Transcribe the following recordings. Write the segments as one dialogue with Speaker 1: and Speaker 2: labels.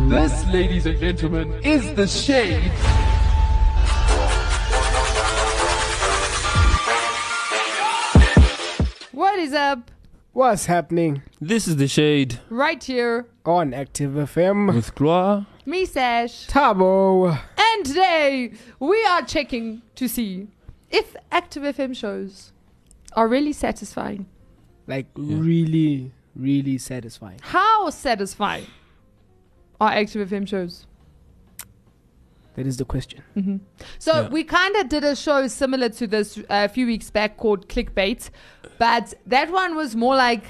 Speaker 1: This, ladies and gentlemen, is the shade.
Speaker 2: What is up?
Speaker 3: What's happening
Speaker 4: This is The Shade
Speaker 2: Right here,
Speaker 3: on Active FM?
Speaker 4: with Gloire.
Speaker 2: me Sash.
Speaker 3: Tabo.
Speaker 2: And today we are checking to see if Active FM shows are really satisfying.
Speaker 3: Like, really, really satisfying.
Speaker 2: How satisfying are Active FM shows?
Speaker 3: That is the question.
Speaker 2: Mm-hmm. So
Speaker 4: Yeah.
Speaker 2: we kind of did a show similar to this uh, a few weeks back called Clickbait, but that one was more like,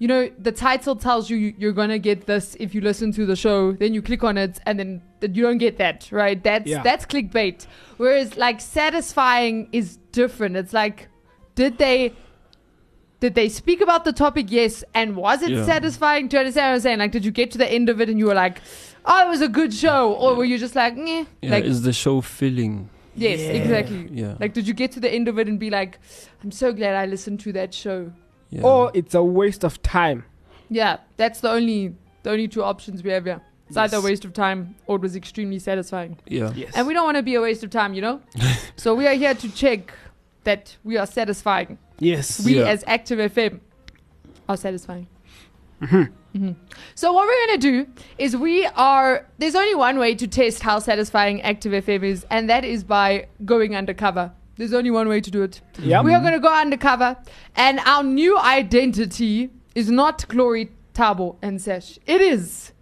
Speaker 2: you know, the title tells you you- you're gonna get this if you listen to the show. Then you click on it, and then th- you don't get that, right? That's
Speaker 3: Yeah.
Speaker 2: that's clickbait. Whereas like satisfying is different. It's like, did they? Did they speak about the topic? Yes. And was it
Speaker 4: Yeah.
Speaker 2: satisfying? Do you understand what I'm saying? Like, did you get to the end of it and you were like, oh, it was a good show? Or were you just like, "Nyeh,"
Speaker 4: Yeah,
Speaker 2: like,
Speaker 4: is the show filling?
Speaker 2: Yes,
Speaker 3: Yeah.
Speaker 2: exactly.
Speaker 4: Yeah.
Speaker 2: Like, did you get to the end of it and be like, I'm so glad I listened to that show?
Speaker 4: yeah.
Speaker 2: oh.
Speaker 3: Or Oh, it's a waste of time.
Speaker 2: Yeah, that's the only the only two options we have here. It's either a
Speaker 3: Yes.
Speaker 2: waste of time or it was extremely satisfying.
Speaker 4: yeah.
Speaker 3: Yes.
Speaker 2: And we don't want to be a waste of time, you know? so we are here to check that we are satisfying.
Speaker 3: yes.
Speaker 2: We
Speaker 4: Yeah.
Speaker 2: as Active FM are satisfying.
Speaker 3: Mm-hmm.
Speaker 2: Mhm. So what we're gonna do is we are there's only one way to test how satisfying Active FM is, and that is by going undercover. There's only one way to do it.
Speaker 3: Yep.
Speaker 4: Hmm.
Speaker 2: We are going to go undercover, and our new identity is not Glory Tabo and Sesh. It is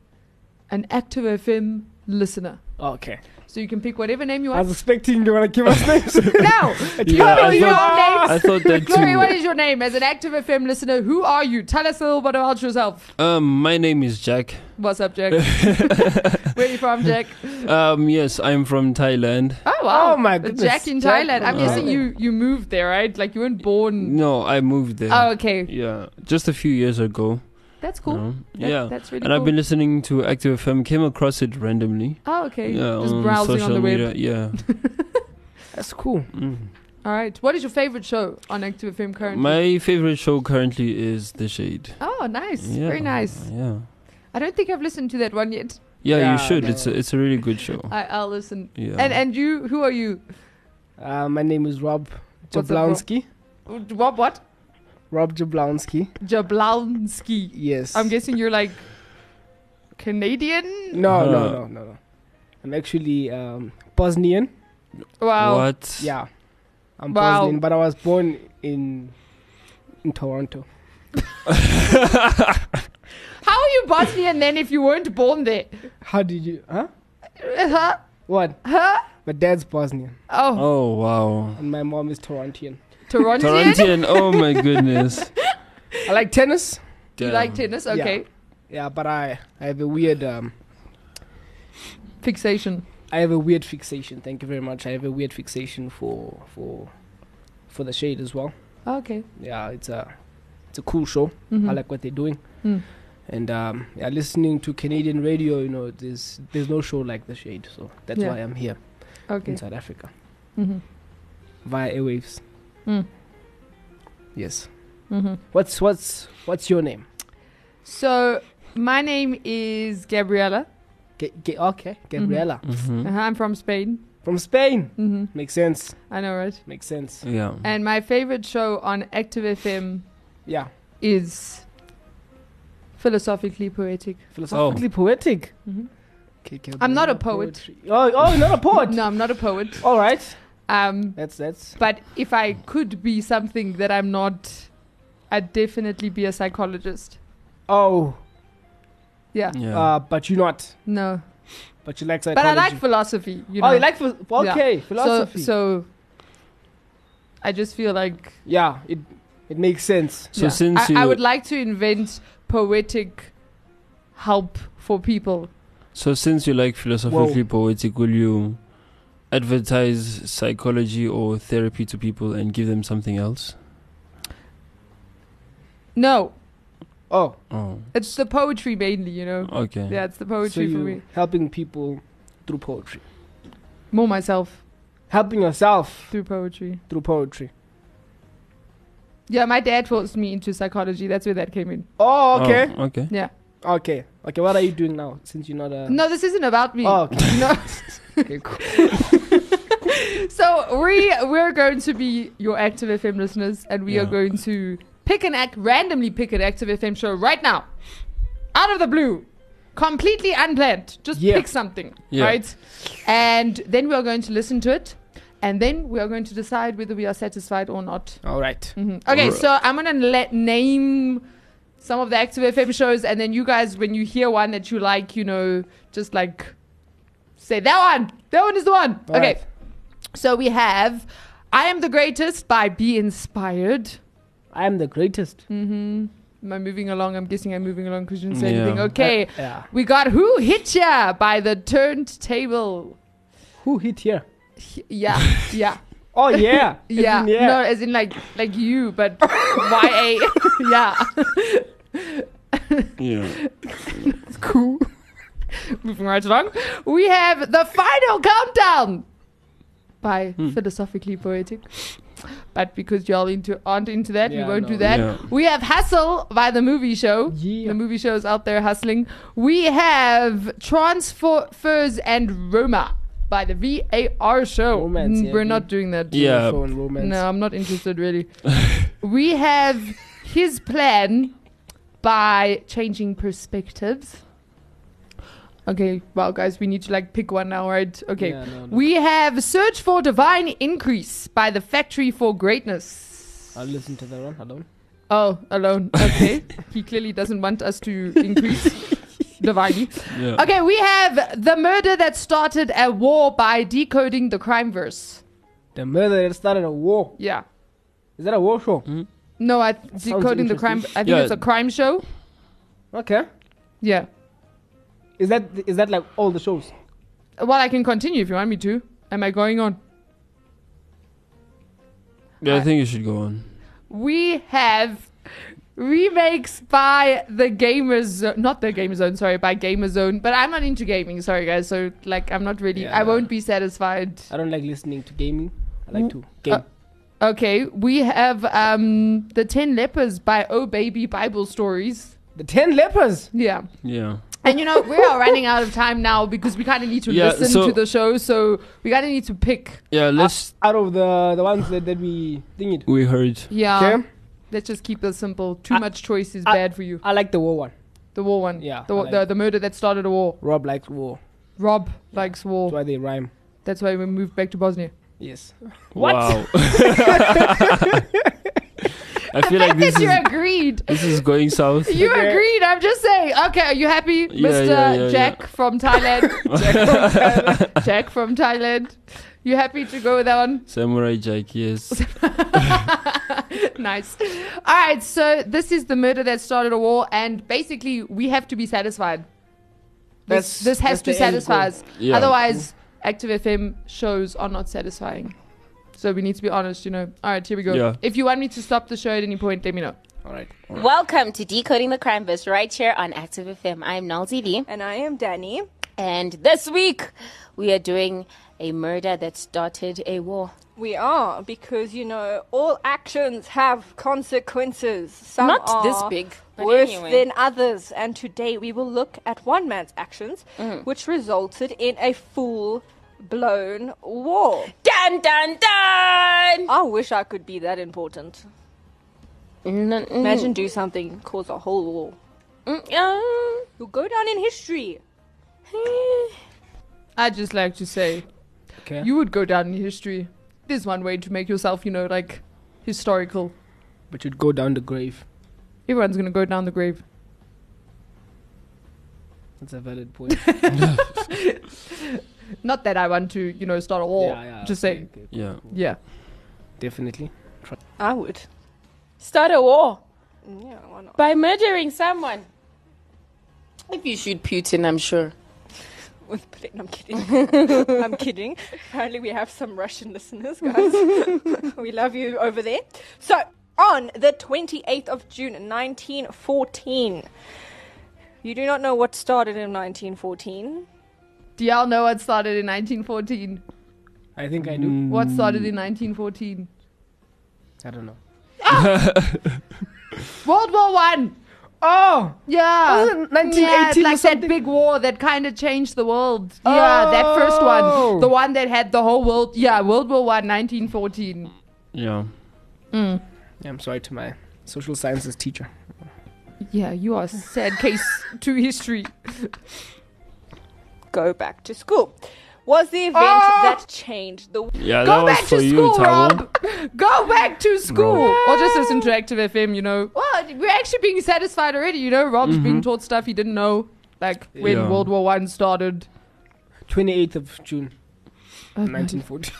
Speaker 2: an Active FM listener.
Speaker 3: Okay.
Speaker 2: So you can pick whatever name you
Speaker 3: I was
Speaker 2: want.
Speaker 3: expecting you want to give us names.
Speaker 2: No,
Speaker 4: Yeah,
Speaker 2: tell me
Speaker 4: I
Speaker 2: your
Speaker 4: thought-
Speaker 3: "Ah."
Speaker 2: name.
Speaker 4: I thought that
Speaker 2: Glory, what
Speaker 4: too.
Speaker 2: is your name as an Active FM listener? Who are you? Tell us a little bit about yourself.
Speaker 4: Um, my name is Jack.
Speaker 2: What's up, Jack? Where are you from, Jack?
Speaker 4: Um, yes, I'm from Thailand.
Speaker 2: Oh wow!
Speaker 3: Oh, my
Speaker 2: The
Speaker 3: goodness.
Speaker 2: Jack in
Speaker 3: Jack
Speaker 2: Thailand. I'm
Speaker 3: from
Speaker 2: guessing
Speaker 3: Thailand.
Speaker 2: you you moved there, right? Like you weren't born.
Speaker 4: No, I moved there.
Speaker 2: Hmm. Oh, okay.
Speaker 4: Yeah, just a few years ago.
Speaker 2: That's cool.
Speaker 4: Um,
Speaker 2: That-
Speaker 4: yeah.
Speaker 2: that's really
Speaker 4: and
Speaker 2: cool.
Speaker 4: I've been listening to Active FM. Came across it randomly.
Speaker 2: Oh, okay.
Speaker 4: Yeah,
Speaker 2: Just
Speaker 4: on
Speaker 2: browsing
Speaker 4: social
Speaker 2: on the web.
Speaker 4: media. Yeah.
Speaker 3: That's cool.
Speaker 4: Mm.
Speaker 2: All right. What is your favorite show on Active FM currently?
Speaker 4: My favorite show currently is The Shade.
Speaker 2: oh, nice.
Speaker 4: Yeah.
Speaker 2: Very nice.
Speaker 4: Yeah.
Speaker 2: I don't think I've listened to that one yet.
Speaker 4: Yeah,
Speaker 3: Yeah,
Speaker 4: you should.
Speaker 3: no.
Speaker 4: It's a, it's a really good show.
Speaker 2: I, I'll listen.
Speaker 4: Yeah.
Speaker 2: Uh, And and you, who are you?
Speaker 3: Uh, my name is Rob
Speaker 2: What's up, Rob?
Speaker 3: Jablonski.
Speaker 2: What? What?
Speaker 3: Rob Jablonski.
Speaker 2: Jablonski.
Speaker 3: Yes.
Speaker 2: I'm guessing you're like Canadian.
Speaker 3: No, no,
Speaker 4: Uh.
Speaker 3: no, no, no. I'm actually um, Bosnian.
Speaker 2: Wow.
Speaker 4: What?
Speaker 3: Yeah. I'm
Speaker 2: Wow.
Speaker 3: Bosnian, but I was born in in Toronto.
Speaker 2: How are you Bosnian then if you weren't born there?
Speaker 3: How did you? Huh?
Speaker 2: Huh?
Speaker 3: What?
Speaker 2: Huh?
Speaker 3: My dad's Bosnian
Speaker 2: Oh,
Speaker 4: Oh wow.
Speaker 3: and my mom is Torontian.
Speaker 2: Toronto.
Speaker 4: Torrentian. Oh my goodness.
Speaker 3: I like tennis.
Speaker 2: You
Speaker 4: Damn.
Speaker 2: like tennis? Okay.
Speaker 3: Yeah, but I I have a weird um
Speaker 2: Fixation.
Speaker 3: I have a weird fixation. Thank you very much. I have a weird fixation for for for the shade as well.
Speaker 2: Okay.
Speaker 3: Yeah, it's a it's a cool show. I
Speaker 2: Mhm.
Speaker 3: like what they're doing.
Speaker 2: Mm.
Speaker 3: And um, yeah, listening to Canadian radio, you know, there's there's no show like the shade, so that's
Speaker 2: Yeah.
Speaker 3: why I'm here
Speaker 2: Okay.
Speaker 3: in South Africa
Speaker 2: Mhm.
Speaker 3: via airwaves.
Speaker 2: Mm.
Speaker 3: Yes.
Speaker 2: Mhm.
Speaker 3: What's what's what's your name?
Speaker 2: So my name is Gabriela.
Speaker 4: Mm-hmm.
Speaker 3: Ga- Ga- okay, Gabriela
Speaker 4: Mhm.
Speaker 2: Uh-huh, I'm from Spain.
Speaker 3: from Spain.
Speaker 2: hmm
Speaker 3: Makes sense.
Speaker 2: I know, right?
Speaker 3: Makes sense.
Speaker 4: Yeah.
Speaker 2: And my favorite show on Active FM
Speaker 3: Yeah,
Speaker 2: is philosophically poetic.
Speaker 3: philosophically poetic.
Speaker 2: Mhm.
Speaker 3: Okay,
Speaker 2: Oh. I'm not a
Speaker 3: Gabriela,
Speaker 2: poet.
Speaker 3: poetry. Oh, oh, you're not a poet.
Speaker 2: No, I'm not a poet.
Speaker 3: All right.
Speaker 2: Um,
Speaker 3: That's that's
Speaker 2: but if I could be something that I'm not, I'd definitely be a psychologist.
Speaker 3: oh,
Speaker 2: Yeah.
Speaker 4: yeah.
Speaker 3: uh, but you're not.
Speaker 2: No.
Speaker 3: But you like
Speaker 2: But I
Speaker 3: psychology.
Speaker 2: like philosophy. You know?
Speaker 3: Oh, you like phil- okay philosophy.
Speaker 2: So, so I just feel like
Speaker 3: yeah, it it makes sense.
Speaker 4: so
Speaker 2: Yeah.
Speaker 4: since
Speaker 2: I,
Speaker 4: you
Speaker 2: I would like to invent poetic help for people.
Speaker 4: so since you like philosophically poetic, will you advertise psychology or therapy to people and give them something else?
Speaker 2: No,
Speaker 3: Oh,
Speaker 4: Oh.
Speaker 2: it's the poetry mainly, you know.
Speaker 4: Okay.
Speaker 2: Yeah, it's the
Speaker 3: so
Speaker 2: poetry for me.
Speaker 3: you helping people through poetry,
Speaker 2: More myself
Speaker 3: helping yourself
Speaker 2: through poetry.
Speaker 3: through poetry.
Speaker 2: Yeah, my dad forced me into psychology. That's where that came in.
Speaker 3: Oh, okay.
Speaker 4: Oh, okay.
Speaker 2: Yeah.
Speaker 3: Okay. Okay. What are you doing now? Since you're not a.
Speaker 2: No, this isn't about me.
Speaker 3: Oh, okay.
Speaker 2: No.
Speaker 3: okay, cool.
Speaker 2: So we we're going to be your Active FM listeners, and we are
Speaker 4: Yeah.
Speaker 2: going to pick an act randomly pick an Active FM show right now, out of the blue, completely unplanned. Just
Speaker 3: Yeah.
Speaker 2: pick something,
Speaker 4: Yeah.
Speaker 2: right? And then we are going to listen to it, and then we are going to decide whether we are satisfied or not.
Speaker 3: All right.
Speaker 2: Mhm. Okay,
Speaker 4: Alright.
Speaker 2: so I'm gonna let name some of the Active FM shows, and then you guys, when you hear one that you like, you know, just like say that one. That one is the one.
Speaker 3: All
Speaker 2: okay.
Speaker 3: right.
Speaker 2: So we have I Am the Greatest by Be Inspired.
Speaker 3: I am the greatest.
Speaker 2: Mm-hmm. Am I moving along? I'm guessing I'm moving along because you didn't say
Speaker 4: Yeah.
Speaker 2: anything. Okay.
Speaker 3: Uh, yeah.
Speaker 2: we got Who Hit Ya by The Turntable.
Speaker 3: Who hit here?
Speaker 2: H- Yeah, yeah,
Speaker 3: Oh yeah. As
Speaker 2: yeah.
Speaker 3: in,
Speaker 2: No, as in like like you, but YA. yeah.
Speaker 4: Yeah.
Speaker 2: Cool. moving right along. We have The Final Countdown by
Speaker 3: Hmm.
Speaker 2: Philosophically Poetic. But because y'all into aren't into that, we
Speaker 3: Yeah,
Speaker 2: won't
Speaker 3: no.
Speaker 2: do that.
Speaker 4: Yeah.
Speaker 2: We have Hustle by the movie show.
Speaker 3: Yeah.
Speaker 2: The movie show is out there hustling. We have Transfers and Roma by the VAR show.
Speaker 3: Romance,
Speaker 2: Mm,
Speaker 3: yeah,
Speaker 2: We're
Speaker 3: dude.
Speaker 2: not doing that.
Speaker 4: Yeah.
Speaker 3: Phone romance.
Speaker 2: No, I'm not interested really. we have His Plan by Changing Perspectives. Okay, wow, guys, we need to like pick one now, right? Okay.
Speaker 3: Yeah, no, no.
Speaker 2: We have Search for Divine Increase by the Factory for Greatness.
Speaker 3: I'll listen to that one alone.
Speaker 2: Oh, alone. Okay. he clearly doesn't want us to increase divinely.
Speaker 4: Yeah.
Speaker 2: Okay, we have The Murder That Started a War by Decoding the Crime Verse.
Speaker 3: The murder that started a war.
Speaker 2: Yeah.
Speaker 3: Is that a war show?
Speaker 2: No, I
Speaker 3: sounds
Speaker 2: decoding the crime. I think
Speaker 4: Yeah.
Speaker 2: it's a crime show.
Speaker 3: Okay.
Speaker 2: Yeah.
Speaker 3: Is that is that like all the shows?
Speaker 2: Well, I can continue if you want me to. Am I going on?
Speaker 4: Yeah, I think you should go on.
Speaker 2: We have remakes by the Gamers, not the Gamer Zone, sorry, by Gamer Zone. But I'm not into gaming, sorry guys. So like, I'm not really.
Speaker 3: Yeah,
Speaker 2: I
Speaker 3: no.
Speaker 2: won't be satisfied.
Speaker 3: I don't like listening to gaming. I like to game.
Speaker 2: uh, Okay, we have um the Ten Lepers by Oh Baby Bible Stories.
Speaker 3: the ten lepers.
Speaker 2: Yeah,
Speaker 4: Yeah.
Speaker 2: and you know we are running out of time now because we kind of need to
Speaker 4: Yeah,
Speaker 2: listen
Speaker 4: so-
Speaker 2: to the show, so we kind of need to pick.
Speaker 4: Yeah, let's.
Speaker 3: Out of the the ones that, that we think it.
Speaker 4: we heard.
Speaker 2: Yeah,
Speaker 3: Okay.
Speaker 2: let's just keep this simple. Too
Speaker 3: I-
Speaker 2: much choice is
Speaker 3: I-
Speaker 2: bad for you.
Speaker 3: I like the war one.
Speaker 2: The war one.
Speaker 3: Yeah,
Speaker 2: the
Speaker 3: I
Speaker 2: wa-
Speaker 3: like
Speaker 2: the,
Speaker 3: it.
Speaker 2: the murder that started a war.
Speaker 3: Rob likes war.
Speaker 2: Rob likes war.
Speaker 3: That's why they rhyme.
Speaker 2: That's why we moved back to Bosnia.
Speaker 3: Yes.
Speaker 2: What?
Speaker 4: Wow. I feel like this
Speaker 2: that you
Speaker 4: is
Speaker 2: agreed.
Speaker 4: this is going south.
Speaker 2: You
Speaker 3: Okay.
Speaker 2: agreed. I'm just saying. Okay, are you happy,
Speaker 4: Yeah,
Speaker 2: Mr.
Speaker 4: yeah, yeah,
Speaker 2: Jack from Thailand? Jack from Thailand. Jack from Thailand. You happy to go with that one?
Speaker 4: Samurai Jack, yes.
Speaker 2: nice. All right. So this is the murder that started a war, and basically we have to be satisfied. This,
Speaker 3: That's-
Speaker 2: this
Speaker 3: that's
Speaker 2: has to
Speaker 3: the end
Speaker 2: satisfy
Speaker 3: goal.
Speaker 2: us.
Speaker 4: Yeah.
Speaker 2: Otherwise, Active FM shows are not satisfying. So we need to be honest, you know. All right, here we go.
Speaker 4: Yeah.
Speaker 2: If you want me to stop the show at any point, let me know.
Speaker 3: All right.
Speaker 5: Welcome to Decoding the Crime Verse right here on Active FM. I'm Nal TV,
Speaker 6: And I am Danny.
Speaker 5: and this week we are doing a murder that started a war.
Speaker 6: We are because you know all actions have consequences. Some
Speaker 5: Not
Speaker 6: are
Speaker 5: this big, but
Speaker 6: worse
Speaker 5: anyway.
Speaker 6: than others. And today we will look at one man's actions,
Speaker 5: Mm-hmm.
Speaker 6: which resulted in a full-blown war.
Speaker 5: Dun dun dun!
Speaker 6: I wish I could be that important.
Speaker 5: Mm, mm,
Speaker 6: Imagine do something cause a whole war.
Speaker 5: mm, mm.
Speaker 6: You'll go down in history.
Speaker 2: I'd just like to say
Speaker 3: Okay.
Speaker 2: you would go down in history. There's one way to make yourself, you know, like historical.
Speaker 3: but you'd go down the grave.
Speaker 2: Everyone's gonna go down the grave.
Speaker 3: That's a valid point.
Speaker 2: Not that I want to, you know, start a
Speaker 3: Oh,
Speaker 2: war. just
Speaker 3: okay,
Speaker 2: saying.
Speaker 3: okay.
Speaker 4: Yeah.
Speaker 2: Yeah.
Speaker 3: Definitely.
Speaker 6: I would.
Speaker 5: Start a war
Speaker 6: Mm, Yeah, why not?
Speaker 5: by murdering someone. If you shoot Putin, I'm sure.
Speaker 6: With Putin, I'm kidding. I'm kidding. Apparently, we have some Russian listeners, guys. we love you over there. So, on the 28th of June, 1914, you do not know what started in 1914.
Speaker 2: Do y'all know what started in 1914?
Speaker 3: I think I do.
Speaker 4: Mm.
Speaker 2: What started in 1914?
Speaker 3: I don't know.
Speaker 2: World War One.
Speaker 3: Oh,
Speaker 2: Yeah.
Speaker 3: Wasn't it 1918 or
Speaker 2: Yeah, like that
Speaker 3: something?
Speaker 2: big war that kind of changed the world. Yeah, that first one.
Speaker 3: Oh.
Speaker 2: The one that had the whole world. Yeah, World War One, 1914.
Speaker 4: Yeah.
Speaker 3: yeah, I'm sorry to my social sciences teacher.
Speaker 2: Yeah, you are a sad case to history.
Speaker 6: Go back to school. Was the event
Speaker 2: Oh!
Speaker 6: that changed the
Speaker 4: Yeah, that
Speaker 2: Go
Speaker 4: was
Speaker 2: back
Speaker 4: for
Speaker 2: to
Speaker 4: you,
Speaker 2: school,
Speaker 4: Tabo.
Speaker 2: Rob. Go back to school.
Speaker 4: Rob.
Speaker 2: Or just listen to Active FM, you know. Well, we're actually being satisfied already, you know. Rob's being taught stuff he didn't know, like when
Speaker 4: Mm-hmm. Yeah.
Speaker 2: World War One started.
Speaker 3: 28th of June, 1940.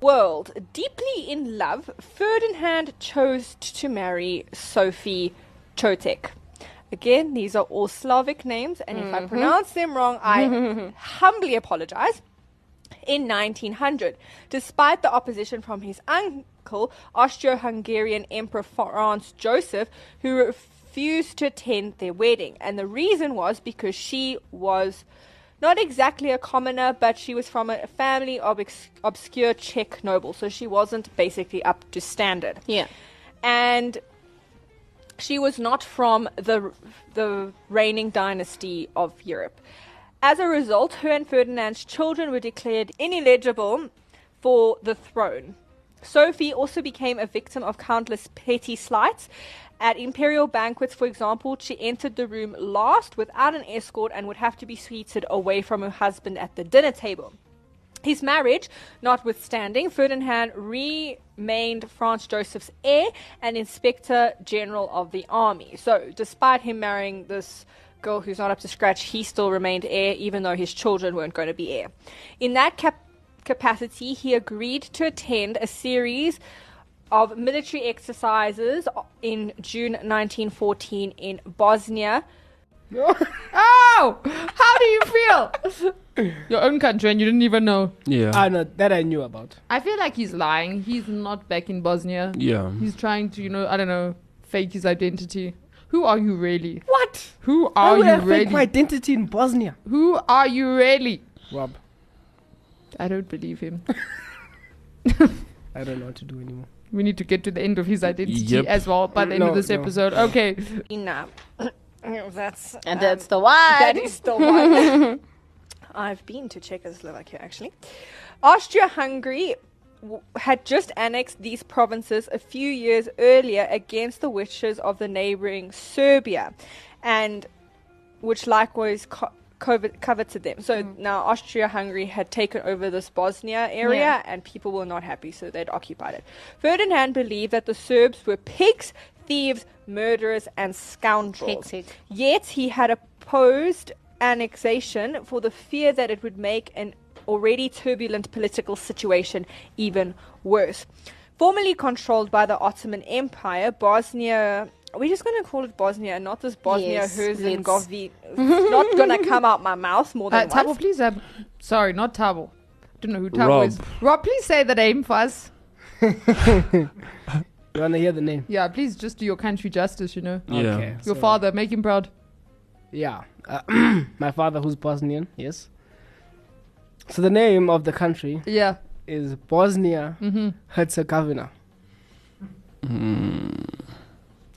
Speaker 6: world? Deeply in love, Ferdinand chose t- to marry Sophie Chotek. Again, these are all Slavic names, and if I pronounce them wrong, I humbly apologize. In 1900, despite the opposition from his uncle, Austro Hungarian Emperor Franz Joseph, who refused to attend their wedding. And the reason was because she was not exactly a commoner, but she was from a family of ex- obscure Czech nobles, so she wasn't basically up to standard
Speaker 5: Yeah.
Speaker 6: and she was not from the the reigning dynasty of Europe. As a result, her and Ferdinand's children were declared ineligible for the throne. Sophie also became a victim of countless petty slights. At imperial banquets, for example, she entered the room last without an escort and would have to be seated away from her husband at the dinner table. His marriage, notwithstanding, Ferdinand remained Franz Joseph's heir and inspector general of the army. So, despite him marrying this girl who's not up to scratch, he still remained heir, even though his children weren't going to be heir. In that cap- capacity, he agreed to attend a series of military exercises in June 1914 in Bosnia.
Speaker 2: Oh, how do you feel? Your own country, and you didn't even know.
Speaker 4: Yeah.
Speaker 3: Ah, no, that I knew about.
Speaker 2: I feel like he's lying. He's not back in Bosnia.
Speaker 4: Yeah.
Speaker 2: He's trying to, you know, I don't know, fake his identity. Who are you really?
Speaker 3: What?
Speaker 2: Who
Speaker 3: How
Speaker 2: are
Speaker 3: would
Speaker 2: you
Speaker 3: I fake my
Speaker 2: really?
Speaker 3: identity in Bosnia?
Speaker 2: Who are you really?
Speaker 3: Rob,
Speaker 2: I don't believe him.
Speaker 3: I don't know what to do anymore.
Speaker 2: We need to get to the end of his identity
Speaker 4: Yep.
Speaker 2: as well by the end of
Speaker 3: No,
Speaker 2: this
Speaker 3: no.
Speaker 2: episode. Okay.
Speaker 6: Enough. That's
Speaker 5: And
Speaker 6: um,
Speaker 5: that's the one.
Speaker 6: That is the one. I've been to Czechoslovakia actually. Austria Hungary w- had just annexed these provinces a few years earlier against the wishes of the neighboring Serbia, and which likewise co- covet- coveted them. So now Austria Hungary had taken over this Bosnia area,
Speaker 5: Yeah.
Speaker 6: and people were not happy, so they'd occupied it. Ferdinand believed that the Serbs were pigs, thieves, murderers, and scoundrels.
Speaker 5: Hectic.
Speaker 6: Yet he had opposed annexation for the fear that it would make an already turbulent political situation even worse. Formerly controlled by the Ottoman Empire, Bosnia. We're just going to call it Bosnia, and not this Bosnia
Speaker 5: Yes,
Speaker 6: Herzegovina. not going to come out my mouth more
Speaker 2: Uh,
Speaker 6: than
Speaker 2: Tabo,
Speaker 6: once.
Speaker 2: please. Uh, sorry, not Tabo. Don't know who Tabo
Speaker 4: Rob.
Speaker 2: is. Rob, please say the name for us.
Speaker 3: You wanna hear the name?
Speaker 2: Yeah, please just do your country justice, you know.
Speaker 4: Yeah.
Speaker 3: Okay,
Speaker 2: Your
Speaker 3: so-
Speaker 2: father, make him proud.
Speaker 3: Yeah. Uh, my father, who's Bosnian, yes. So the name of the country
Speaker 2: Yeah.
Speaker 3: is Bosnia
Speaker 2: hmm
Speaker 3: Herzegovina.
Speaker 4: Mm.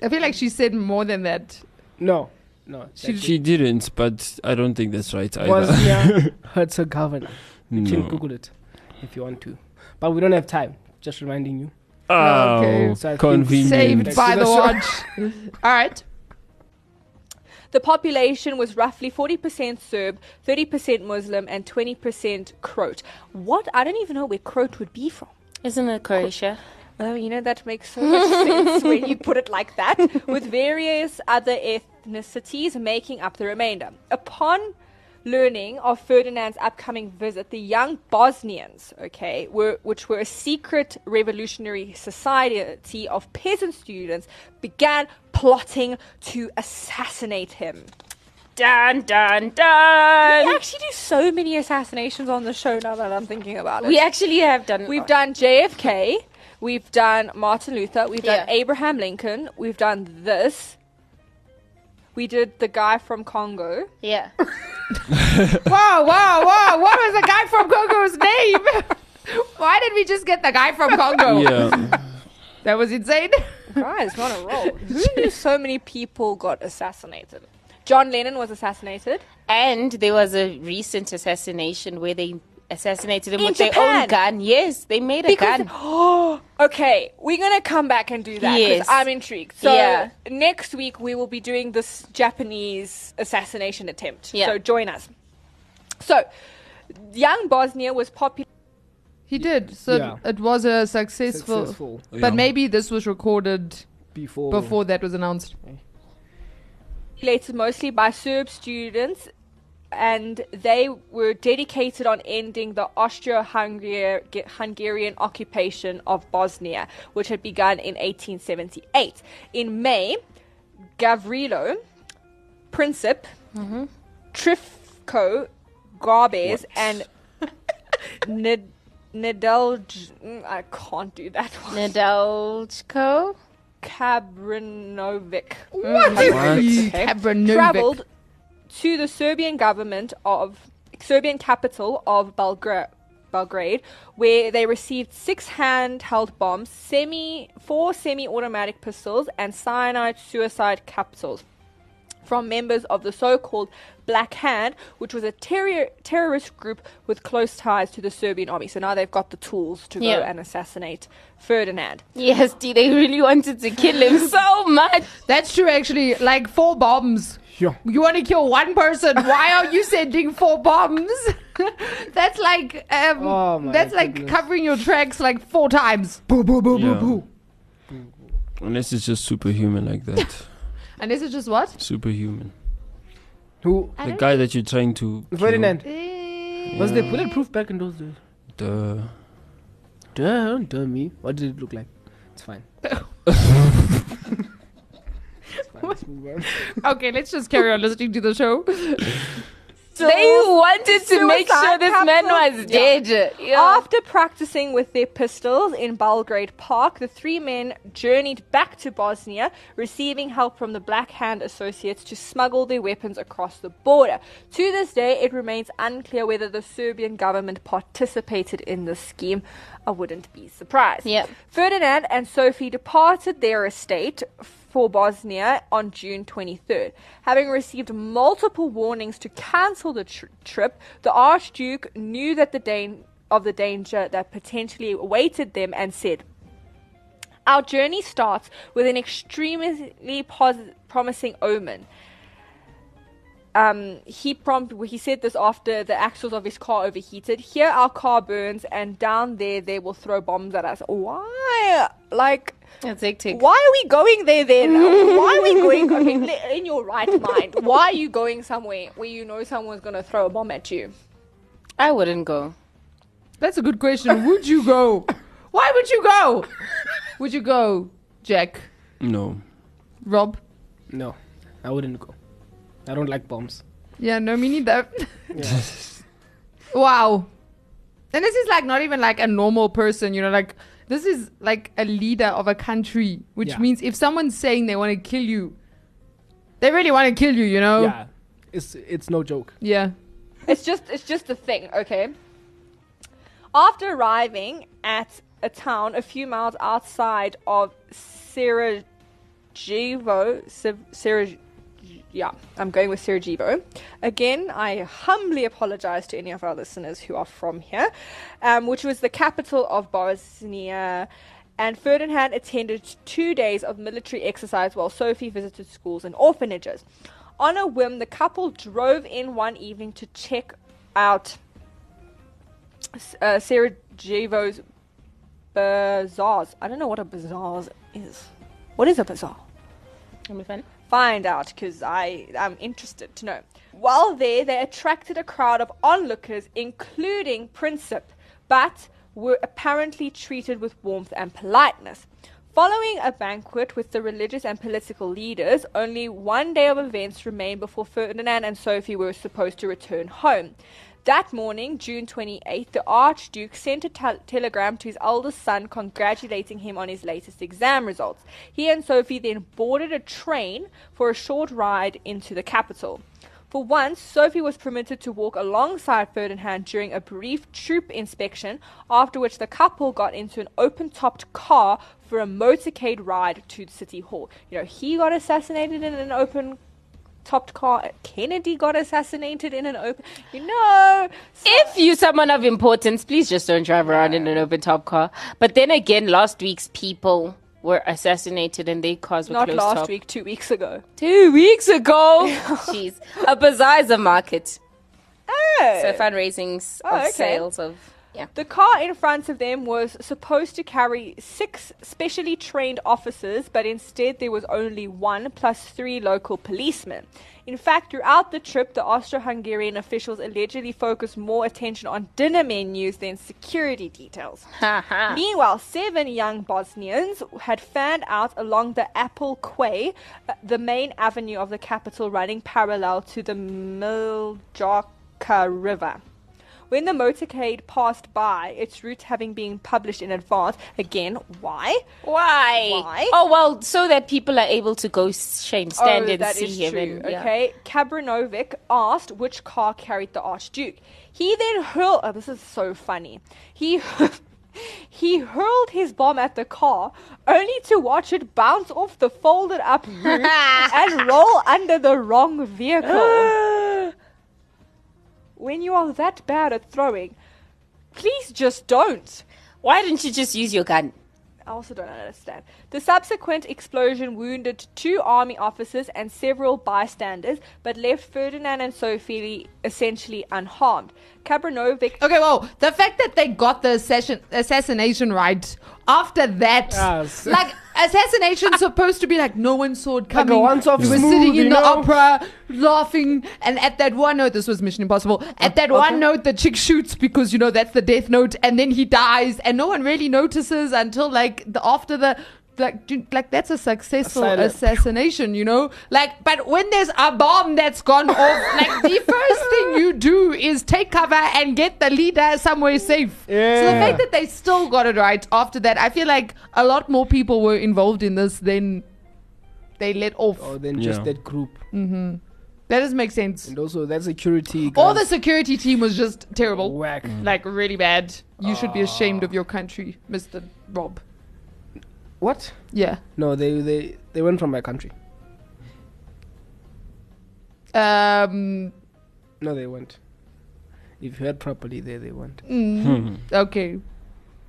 Speaker 2: I feel like she said more than that.
Speaker 3: No, no.
Speaker 2: She-
Speaker 3: that's
Speaker 4: She didn't, but I don't think that's right
Speaker 3: it.
Speaker 4: either.
Speaker 3: Bosnia Herzegovina. You can
Speaker 4: no.
Speaker 3: Google it if you want to. But we don't have time. Just reminding you.
Speaker 4: Oh,
Speaker 2: Okay.
Speaker 3: So I think
Speaker 4: convenient.
Speaker 2: Saved
Speaker 3: Back
Speaker 2: by
Speaker 3: to
Speaker 2: the
Speaker 3: the show.
Speaker 2: watch. All right.
Speaker 6: The population was roughly 40% Serb, 30% Muslim, and 20% Croat. What? I don't even know where Croat would be from.
Speaker 5: Isn't it Croatia?
Speaker 6: Oh, you know, that makes so much sense when you put it like that, with various other ethnicities making up the remainder. Upon learning of Ferdinand's upcoming visit, the young Bosnians, okay, were, which were a secret revolutionary society of peasant students, began plotting to assassinate him. Um,
Speaker 5: Dun dun
Speaker 6: We
Speaker 5: dun.
Speaker 6: actually do so many assassinations on the show now that I'm thinking about it.
Speaker 5: We actually have done.
Speaker 6: We've done JFK. We've done Martin Luther. We've done
Speaker 5: Yeah.
Speaker 6: Abraham Lincoln. We've done this. We did the guy from Congo.
Speaker 5: Yeah.
Speaker 2: Whoa, whoa, whoa. What was the guy from Congo's name? Why did we just get the guy from Congo?
Speaker 4: Yeah.
Speaker 2: That was insane.
Speaker 6: Guys, what a roll. Who knew so many people got assassinated? John Lennon was assassinated.
Speaker 5: And there was a recent assassination where they assassinated him
Speaker 6: In
Speaker 5: with their
Speaker 6: Japan.
Speaker 5: own gun. Yes, they made a
Speaker 6: Because-
Speaker 5: gun.
Speaker 6: Oh, Okay, we're gonna come back and do that because
Speaker 5: Yes.
Speaker 6: I'm intrigued. So
Speaker 5: Yeah.
Speaker 6: next week we will be doing this Japanese assassination attempt.
Speaker 5: Yeah.
Speaker 6: So join us. So, young Bosnia was popular.
Speaker 2: He did. So
Speaker 3: Yeah.
Speaker 2: it was a successful.
Speaker 3: Successful
Speaker 2: But
Speaker 4: Yeah.
Speaker 2: maybe this was recorded
Speaker 3: before.
Speaker 2: before that was announced.
Speaker 6: populated mostly by Serb students, and they were dedicated on ending the Austro-Hungarian occupation of Bosnia, which had begun in 1878. In May, Gavrilo Princip, Trifko Garbes, and Ned- Nedelj. mm, I can't do that one.
Speaker 5: Nadalchko.
Speaker 6: Kabrinovic
Speaker 4: What?
Speaker 2: Okay. Kabranovic.
Speaker 6: traveled to the Serbian government of Serbian capital of Belgra- Belgrade, where they received six handheld bombs, semi four semi-automatic pistols, and cyanide suicide capsules from members of the so-called Black Hand, which was a terror- terrorist group with close ties to the Serbian army. So now they've got the tools to go
Speaker 5: Yeah.
Speaker 6: and assassinate Ferdinand.
Speaker 5: Yes, D, they really wanted to kill him so much.
Speaker 2: That's true, actually. Like four bombs.
Speaker 3: Yeah.
Speaker 2: You want to kill one person? Why are you sending four bombs? that's like um,
Speaker 3: Oh my
Speaker 2: that's like
Speaker 3: goodness.
Speaker 2: covering your tracks like four times.
Speaker 3: Boo, boo, boo,
Speaker 4: Yeah.
Speaker 3: boo, boo.
Speaker 4: Unless it's just superhuman like that.
Speaker 2: And is it just what?
Speaker 4: superhuman.
Speaker 3: Who?
Speaker 2: I
Speaker 4: the
Speaker 2: don't-
Speaker 4: guy that you're trying to. kill,
Speaker 3: Ferdinand.
Speaker 2: Eh,
Speaker 3: Was there bulletproof back in those days?
Speaker 4: Duh.
Speaker 3: Duh, don't tell me. What did it look like? It's fine. It's fine, let's move on.
Speaker 2: okay, let's just carry on listening to the show.
Speaker 5: They wanted to make sure
Speaker 6: Suicide
Speaker 5: this man
Speaker 6: capsules.
Speaker 5: was
Speaker 6: Yeah.
Speaker 5: dead. Yeah.
Speaker 6: After practicing with their pistols in Belgrade Park, the three men journeyed back to Bosnia, receiving help from the Black Hand associates to smuggle their weapons across the border. To this day, it remains unclear whether the Serbian government participated in this scheme. I wouldn't be surprised.
Speaker 5: Yep.
Speaker 6: Ferdinand and Sophie departed their estate for Bosnia on June 23rd. Having received multiple warnings to cancel the tr- trip, the Archduke knew that the dan- of the danger that potentially awaited them and said, our journey starts with an extremely pos- promising omen. Um, he prompt he said this after the axles of his car overheated. Here our car burns, and down there they will throw bombs at us. Why? Like,
Speaker 5: That's hectic.
Speaker 6: why are we going there then? why are we going? I mean, li- in your right mind, why are you going somewhere where you know someone's gonna throw a bomb at you?
Speaker 5: I wouldn't go.
Speaker 2: That's a good question. Would you go? Why would you go? Would you go, Jack,
Speaker 4: No.
Speaker 2: Rob?
Speaker 3: No, I wouldn't go. I don't like bombs.
Speaker 2: Yeah, no, me neither.
Speaker 3: Yeah.
Speaker 2: Wow. And this is like not even like a normal person, you know, like this is like a leader of a country, which
Speaker 3: Yeah.
Speaker 2: means if someone's saying they want to kill you, they really want to kill you, you know?
Speaker 3: yeah, it's it's no joke.
Speaker 2: Yeah.
Speaker 6: It's just it's just a thing, okay? After arriving at a town a few miles outside of Sarajevo, Sa- Saraj- yeah, I'm going with Sarajevo. Again, I humbly apologize to any of our listeners who are from here, um, which was the capital of Bosnia. And Ferdinand attended two days of military exercise while Sophie visited schools and orphanages. On a whim, the couple drove in one evening to check out uh, Sarajevo's bazaars. I don't know what a bazaar is. What is a bazaar?
Speaker 5: Can we find it?
Speaker 6: find out because I am interested to know. While there, they attracted a crowd of onlookers, including Princip, but were apparently treated with warmth and politeness. Following a banquet with the religious and political leaders, only one day of events remained before Ferdinand and Sophie were supposed to return home. That morning, June 28th, the Archduke sent a tel- telegram to his eldest son congratulating him on his latest exam results. He and Sophie then boarded a train for a short ride into the capital. For once, Sophie was permitted to walk alongside Ferdinand during a brief troop inspection, after which the couple got into an open topped car for a motorcade ride to City Hall. You know, he got assassinated in an open topped car. Kennedy got assassinated in an open. You know, so-
Speaker 5: If you someone of importance, please just don't drive around in an open top car. But then again, last week's people were assassinated and their cars were
Speaker 6: not
Speaker 5: closed
Speaker 6: last
Speaker 5: top.
Speaker 6: week, two weeks ago.
Speaker 5: Two weeks ago. Jeez. A bazaar market.
Speaker 6: Oh.
Speaker 5: So fundraisings
Speaker 6: Oh,
Speaker 5: of
Speaker 6: okay.
Speaker 5: sales of yeah.
Speaker 6: The car in front of them was supposed to carry six specially trained officers, but instead there was only one plus three local policemen. In fact, throughout the trip, the Austro Hungarian officials allegedly focused more attention on dinner menus than security details.
Speaker 5: Haha.
Speaker 6: Meanwhile, seven young Bosnians had fanned out along the Apple Quay, uh, the main avenue of the capital running parallel to the Miljaka River. When the motorcade passed by, its route having been published in advance, again, why?
Speaker 5: Why?
Speaker 6: Why? Oh,
Speaker 5: Oh well, so that people are able to go shame stand and
Speaker 6: that
Speaker 5: see
Speaker 6: is
Speaker 5: him.
Speaker 6: true.
Speaker 5: and, yeah.
Speaker 6: Okay, Kabranovic asked which car carried the Archduke. He then hurled. Oh, this is so funny. He he hurled his bomb at the car, only to watch it bounce off the folded-up roof and roll under the wrong vehicle. when you are that bad at throwing, please just don't.
Speaker 5: Why didn't you just use your gun?
Speaker 6: I also don't understand. The subsequent explosion wounded two army officers and several bystanders, but left Ferdinand and Sophie essentially unharmed. Kabranovic.
Speaker 2: Okay, well, the fact that they got the assassin, assassination right after that,
Speaker 3: Yes.
Speaker 2: like assassination's supposed to be like no one saw it
Speaker 3: Like a
Speaker 2: coming.
Speaker 3: once-off
Speaker 2: we were
Speaker 3: smooth,
Speaker 2: sitting in
Speaker 3: you
Speaker 2: the
Speaker 3: know?
Speaker 2: opera laughing, and at that one note, this was Mission Impossible. At that one note, the chick shoots because you know that's the death note, and then he dies, and no one really notices until like the after the. Like, dude, like that's a successful
Speaker 3: Silent.
Speaker 2: assassination, you know. Like, but when there's a bomb that's gone off, like the first thing you do is take cover and get the leader somewhere safe. So the
Speaker 3: Yeah.
Speaker 2: fact that they still got it right after that, I feel like a lot more people were involved in this than they let off.
Speaker 3: Oh, then just
Speaker 4: Yeah.
Speaker 3: that group,
Speaker 2: That doesn't make sense.
Speaker 3: and also that security.
Speaker 2: All
Speaker 3: guys,
Speaker 2: the security team was just terrible,
Speaker 3: whack.
Speaker 2: like really bad. You should
Speaker 3: Ah.
Speaker 2: be ashamed of your country, Mister Rob.
Speaker 3: What?
Speaker 2: Yeah.
Speaker 3: No, they they they went from my country.
Speaker 2: Um.
Speaker 3: No, they went. If you heard properly, there they went.
Speaker 2: Okay.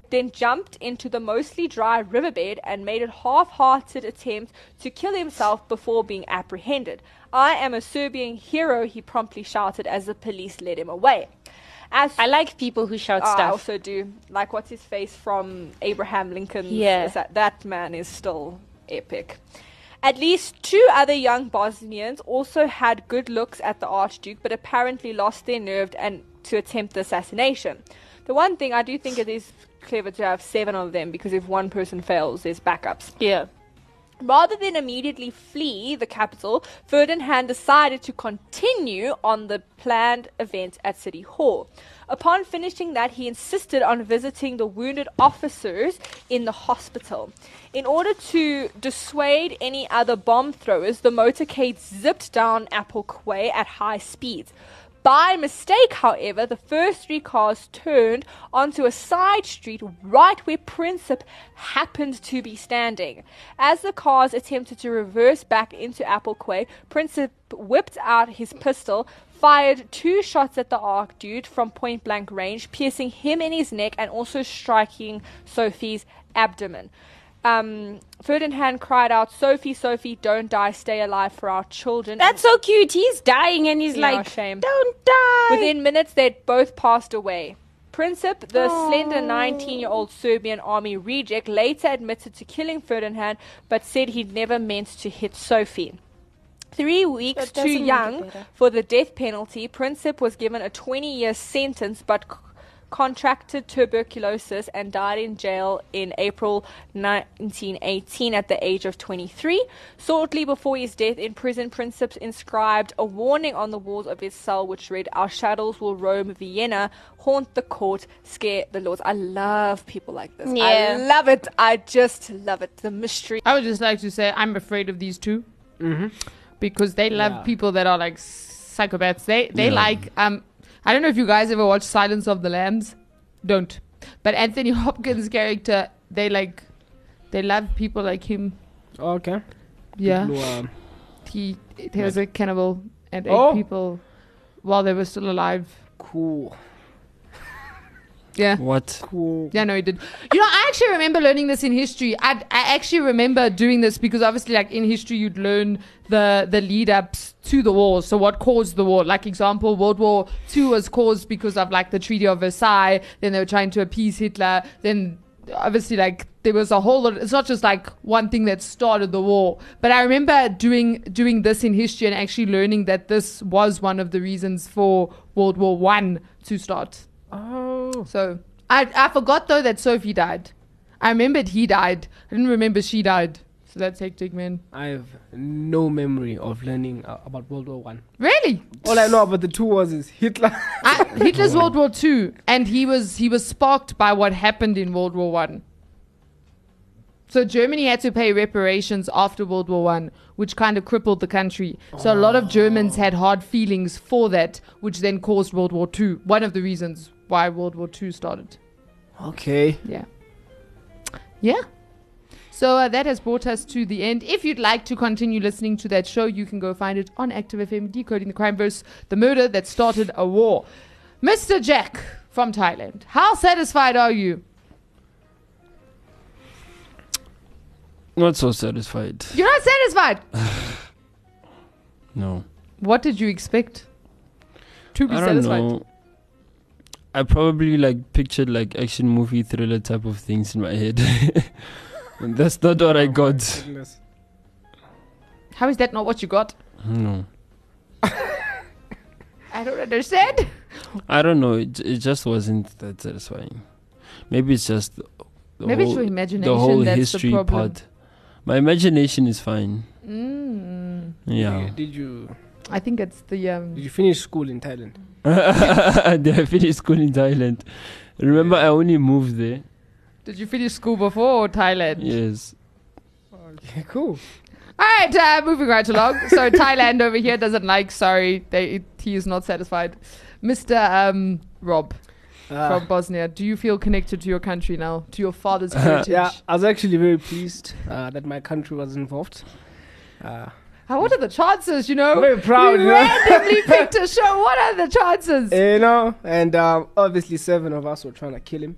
Speaker 6: then jumped into the mostly dry riverbed and made a half hearted attempt to kill himself before being apprehended. I am a Serbian hero, he promptly shouted as the police led him away. As
Speaker 5: I like people who shout
Speaker 6: Ah, I
Speaker 5: stuff.
Speaker 6: also do like what's his face from Abraham Lincoln.
Speaker 5: Yeah.
Speaker 6: that, that man is still epic. At least two other young Bosnians also had good looks at the Archduke, but apparently lost their nerve and to attempt the assassination. The one thing I do think it is clever to have seven of them because if one person fails, there's backups.
Speaker 5: Yeah.
Speaker 6: Rather than immediately flee the capital, Ferdinand decided to continue on the planned event at City Hall. Upon finishing that, he insisted on visiting the wounded officers in the hospital. In order to dissuade any other bomb throwers, the motorcade zipped down Apple Quay at high speeds. By mistake, however, the first three cars turned onto a side street right where Princip happened to be standing. As the cars attempted to reverse back into Apple Quay, Princip whipped out his pistol, fired two shots at the Archduke from point blank range, piercing him in his neck and also striking Sophie's abdomen. Um, Ferdinand cried out, Sophie, Sophie, don't die, stay alive for our children.
Speaker 5: That's so cute. He's dying and he's
Speaker 6: Yeah,
Speaker 5: like,
Speaker 6: shame.
Speaker 5: don't die.
Speaker 6: Within minutes, they'd both passed away. Princip, the slender 19 year old Serbian army reject, later admitted to killing Ferdinand but said he'd never meant to hit Sophie. Three weeks
Speaker 5: That
Speaker 6: too
Speaker 5: doesn't make it
Speaker 6: young
Speaker 5: better.
Speaker 6: for the death penalty, Princip was given a 20 year sentence but c- contracted tuberculosis and died in jail in April 1918 at the age of 23. Shortly before his death in prison, Princip inscribed a warning on the walls of his cell which read, Our shadows will roam Vienna, haunt the court, scare the lords. I love people like this.
Speaker 5: Yeah.
Speaker 6: I love it. I just love it. The mystery.
Speaker 2: I would just like to say I'm afraid of these two. Mm-hmm. Because they love
Speaker 3: Yeah.
Speaker 2: people that are like s- psychopaths. They they
Speaker 4: Yeah.
Speaker 2: like um I don't know if you guys ever watched Silence of the Lambs. Don't. But Anthony Hopkins' character, they like they love people like him.
Speaker 3: Okay.
Speaker 2: Yeah.
Speaker 3: People who are-
Speaker 2: He he was a cannibal and ate
Speaker 3: Oh.
Speaker 2: people while they were still alive.
Speaker 3: cool.
Speaker 2: Yeah.
Speaker 4: What?
Speaker 3: Cool.
Speaker 2: Yeah, no, he did. You know, I actually remember learning this in history. I, I actually remember doing this because obviously, like in history, you'd learn the the lead ups to the war. So, what caused the war? Like, example, World War Two was caused because of like the Treaty of Versailles. Then they were trying to appease Hitler. Then, obviously, like there was a whole lot. It's not just like one thing that started the war. But I remember doing doing this in history and actually learning that this was one of the reasons for World War One to start.
Speaker 3: Oh.
Speaker 2: So I I forgot though that Sophie died. I remembered he died. I didn't remember she died. So that's hectic, man.
Speaker 3: I have no memory of learning uh, about World War One.
Speaker 2: Really?
Speaker 3: All I know about the two wars is Hitler.
Speaker 2: I, Hitler's World War Two, and he was he was sparked by what happened in World War One. So Germany had to pay reparations after World War One, which kind of crippled the country. So a lot of Germans had hard feelings for that, which then caused World War Two. One of the reasons why World War Two started.
Speaker 3: okay.
Speaker 2: Yeah. Yeah. So uh, that has brought us to the end. If you'd like to continue listening to that show, you can go find it on Active FM, Decoding the Crime Verse, the murder that started a war. Mr. Jack from Thailand, how satisfied are you?
Speaker 4: Not so satisfied.
Speaker 2: You're not satisfied.
Speaker 4: No.
Speaker 2: What did you expect to be
Speaker 4: I don't
Speaker 2: satisfied?
Speaker 4: know. I probably like pictured like action movie thriller type of things in my head. and that's not what I got.
Speaker 2: How is that not what you got?
Speaker 4: No.
Speaker 2: I don't understand.
Speaker 4: I don't know. It, it just wasn't that satisfying. Maybe it's just the the
Speaker 2: Maybe it's
Speaker 4: whole,
Speaker 2: your imagination.
Speaker 4: the whole
Speaker 2: that's
Speaker 4: history
Speaker 2: the problem.
Speaker 4: part. My imagination is fine.
Speaker 2: Mm,
Speaker 4: Yeah.
Speaker 3: Did you
Speaker 2: I think it's the. Um,
Speaker 3: did you finish school in Thailand?
Speaker 4: Did I finish school in Thailand? Remember, I only moved there.
Speaker 2: did you finish school before Thailand?
Speaker 4: Yes.
Speaker 3: Okay, cool.
Speaker 2: All right, uh, moving right along. So Thailand over here doesn't like. Sorry, they, he is not satisfied. Mr. Um, Rob
Speaker 3: Uh,
Speaker 2: from Bosnia, do you feel connected to your country now, to your father's heritage?
Speaker 3: Uh-huh. yeah, I was actually very pleased uh, that my country was involved. Uh,
Speaker 2: How, what are the chances? You know,
Speaker 3: I'm very proud,
Speaker 2: Oh, We
Speaker 3: you know?
Speaker 2: randomly picked a show. What are the chances
Speaker 3: you know, and um, obviously seven of us were trying to kill him.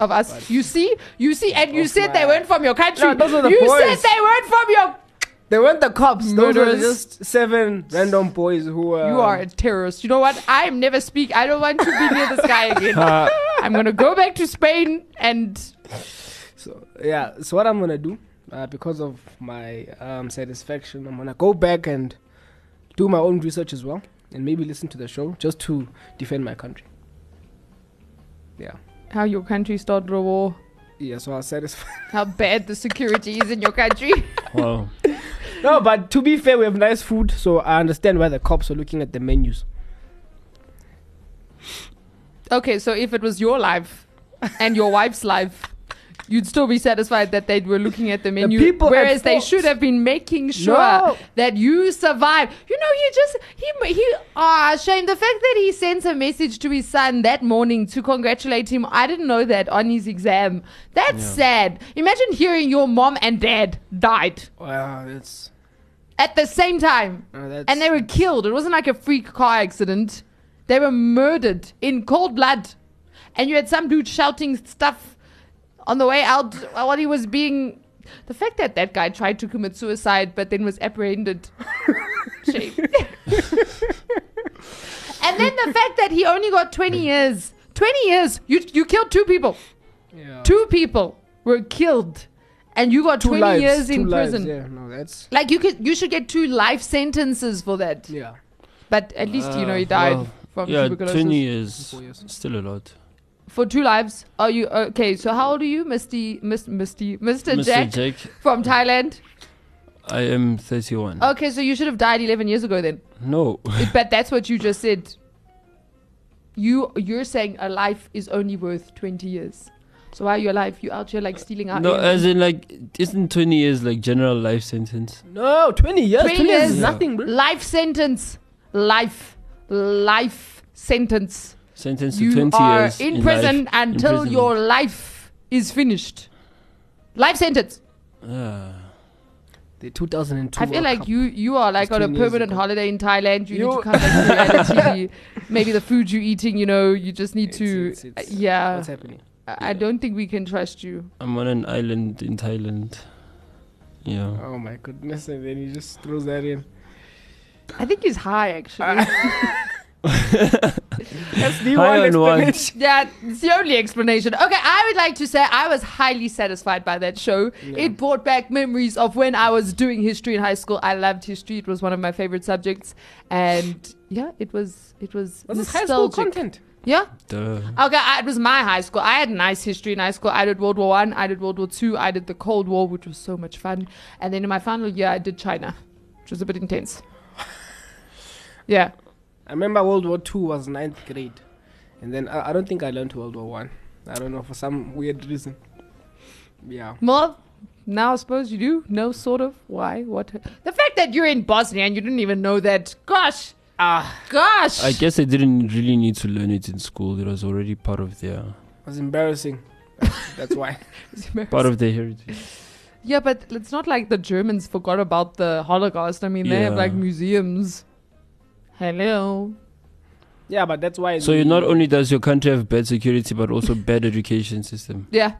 Speaker 2: of us?
Speaker 3: but-
Speaker 2: You see, you see, and you
Speaker 3: Of
Speaker 2: said they
Speaker 3: my-
Speaker 2: weren't from your country.
Speaker 3: No, those are the
Speaker 2: you
Speaker 3: boys.
Speaker 2: said they weren't from your.
Speaker 3: They weren't the cops. Those
Speaker 2: Murderers.
Speaker 3: were just seven random boys who were.
Speaker 2: you are a terrorist. You know what? I am never speak. I don't want to be near this guy again.
Speaker 4: Uh,
Speaker 2: I'm gonna go back to Spain and
Speaker 3: So yeah, so what I'm gonna do, uh, because of my um, satisfaction, I'm gonna go back and do my own research as well, and maybe listen to the show just to defend my country.
Speaker 2: how your country started a war.
Speaker 3: Yeah, so I was satisfied.
Speaker 2: how bad the security is in your country.
Speaker 4: wow.
Speaker 3: no, but to be fair, we have nice food, so I understand why the cops are looking at the menus.
Speaker 2: okay, so if it was your life and your wife's life, you'd still be satisfied that they were looking at the menu,
Speaker 3: people at
Speaker 2: whereas they
Speaker 3: fault.
Speaker 2: should have been making sure
Speaker 3: No.
Speaker 2: that you survive. You know, he just he he ah shame the fact that he sent a message to his son that morning to congratulate him. I didn't know that on his exam. That's sad. Imagine hearing your mom and dad died
Speaker 3: Wow, that's,
Speaker 2: at the same time.
Speaker 3: uh, that's
Speaker 2: And they were killed. It wasn't like a freak car accident. They were murdered in cold blood. And you had some dude shouting stuff on the way out while he was being. The fact that that guy tried to commit suicide but then was apprehended. Shame. and then the fact that he only got 20 years. 20 years. You, you killed two people.
Speaker 3: yeah.
Speaker 2: Two people were killed. And you got
Speaker 3: Two
Speaker 2: 20
Speaker 3: lives,
Speaker 2: years in
Speaker 3: two lives,
Speaker 2: prison.
Speaker 3: Yeah, no, that's
Speaker 2: Like you could, you should get two life sentences for that.
Speaker 3: yeah.
Speaker 2: But at least you know
Speaker 4: Uh,
Speaker 2: he died
Speaker 4: well,
Speaker 2: from
Speaker 4: yeah,
Speaker 2: tuberculosis
Speaker 4: 20 years.
Speaker 3: Four years.
Speaker 4: Still a lot.
Speaker 2: for two lives. Are you okay? So how old are you, Misty, Miss, Misty, Mister
Speaker 4: Mr.
Speaker 2: Jack,
Speaker 4: Jack,
Speaker 2: from Thailand?
Speaker 4: I am 31.
Speaker 2: Okay, so you should have died eleven years ago then.
Speaker 4: No.
Speaker 2: but that's what you just said. You you're saying a life is only worth twenty years. So while you're alive, you out here like stealing out.
Speaker 4: No, as in, like, isn't 20 years like general life sentence?
Speaker 3: No, twenty years.
Speaker 2: 20
Speaker 3: Twenty, years,
Speaker 2: years.
Speaker 3: is nothing, bro.
Speaker 2: life sentence, life. life sentence.
Speaker 4: Sentenced to
Speaker 2: You
Speaker 4: 20
Speaker 2: are
Speaker 4: years.
Speaker 2: in prison
Speaker 4: life
Speaker 2: until
Speaker 4: imprisonment.
Speaker 2: your life is finished. Life sentence.
Speaker 4: Ah.
Speaker 3: The 2002.
Speaker 2: I feel
Speaker 3: World
Speaker 2: like
Speaker 3: Cup.
Speaker 2: you you are like
Speaker 3: Just
Speaker 2: on a
Speaker 3: 10 years
Speaker 2: permanent
Speaker 3: ago.
Speaker 2: holiday in Thailand. You, need
Speaker 3: You-
Speaker 2: to come back to reality. Maybe the food you're eating, you know, you just need
Speaker 3: It's-
Speaker 2: to. uh,
Speaker 3: it's- it's-
Speaker 2: yeah,
Speaker 3: What's happening?
Speaker 2: I I don't think we can trust you.
Speaker 4: I'm on an island in Thailand. Yeah.
Speaker 3: Oh my goodness! And then he just throws that in.
Speaker 2: I think he's high actually.
Speaker 3: That's the
Speaker 4: High
Speaker 3: one
Speaker 4: on one.
Speaker 3: explanation.
Speaker 2: Yeah, it's the only explanation. Okay, I would like to say I was highly satisfied by that show.
Speaker 3: Yeah.
Speaker 2: It brought back memories of when I was doing history in high school. I loved history; it was one of my favorite subjects, and yeah, it was it was
Speaker 3: Was this high
Speaker 2: nostalgic.
Speaker 3: school content?
Speaker 2: Yeah.
Speaker 4: Duh.
Speaker 2: Okay, I, it was my high school. I had nice history in high school. I did World War One, I, did World War Two, I did the Cold War, which was so much fun, and then in my final year, I did China, which was a bit intense. Yeah.
Speaker 3: I remember World War Two was ninth grade, and then I, I don't think I learned World War One. I. don't know for some weird reason. Yeah.
Speaker 2: Well, now I suppose you do know sort of why, what. The fact that you're in Bosnia and you didn't even know that. Gosh. Ah. Gosh.
Speaker 4: I guess I didn't really need to learn it in school. It was already part of their
Speaker 3: It was embarrassing. That's, that's why.
Speaker 4: part of their heritage.
Speaker 2: yeah, but it's not like the Germans forgot about the Holocaust. I mean, they have
Speaker 4: Yeah.
Speaker 2: like museums. Hello.
Speaker 3: Yeah, but that's why.
Speaker 4: So you not only does your country have bad security, but also bad education system.
Speaker 2: Yeah.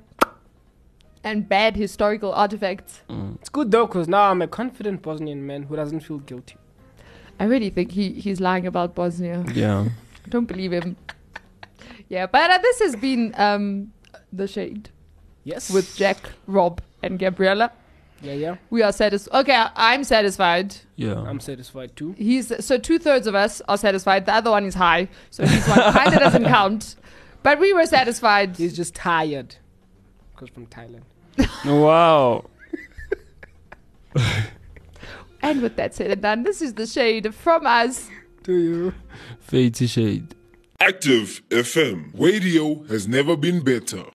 Speaker 2: And bad historical artifacts.
Speaker 4: Mm.
Speaker 3: It's good though, cause now I'm a confident Bosnian man who doesn't feel guilty.
Speaker 2: I really think he, he's lying about Bosnia.
Speaker 4: Yeah.
Speaker 2: I don't believe him. Yeah, but uh, this has been um, The Shade
Speaker 3: Yes.
Speaker 2: with Jack, Rob, and Gabriella.
Speaker 3: Yeah, yeah.
Speaker 2: We are satisfied. Okay, I- I'm satisfied.
Speaker 4: Yeah.
Speaker 3: I'm satisfied too.
Speaker 2: He's so two thirds of us are satisfied. The other one is high, so he's one kind of doesn't count. But we were satisfied.
Speaker 3: He's just tired, cause from Thailand.
Speaker 4: wow.
Speaker 2: And with that said and done, this is the shade from us.
Speaker 3: Do you?
Speaker 4: Fade to shade.
Speaker 7: Active FM. Radio has never been better.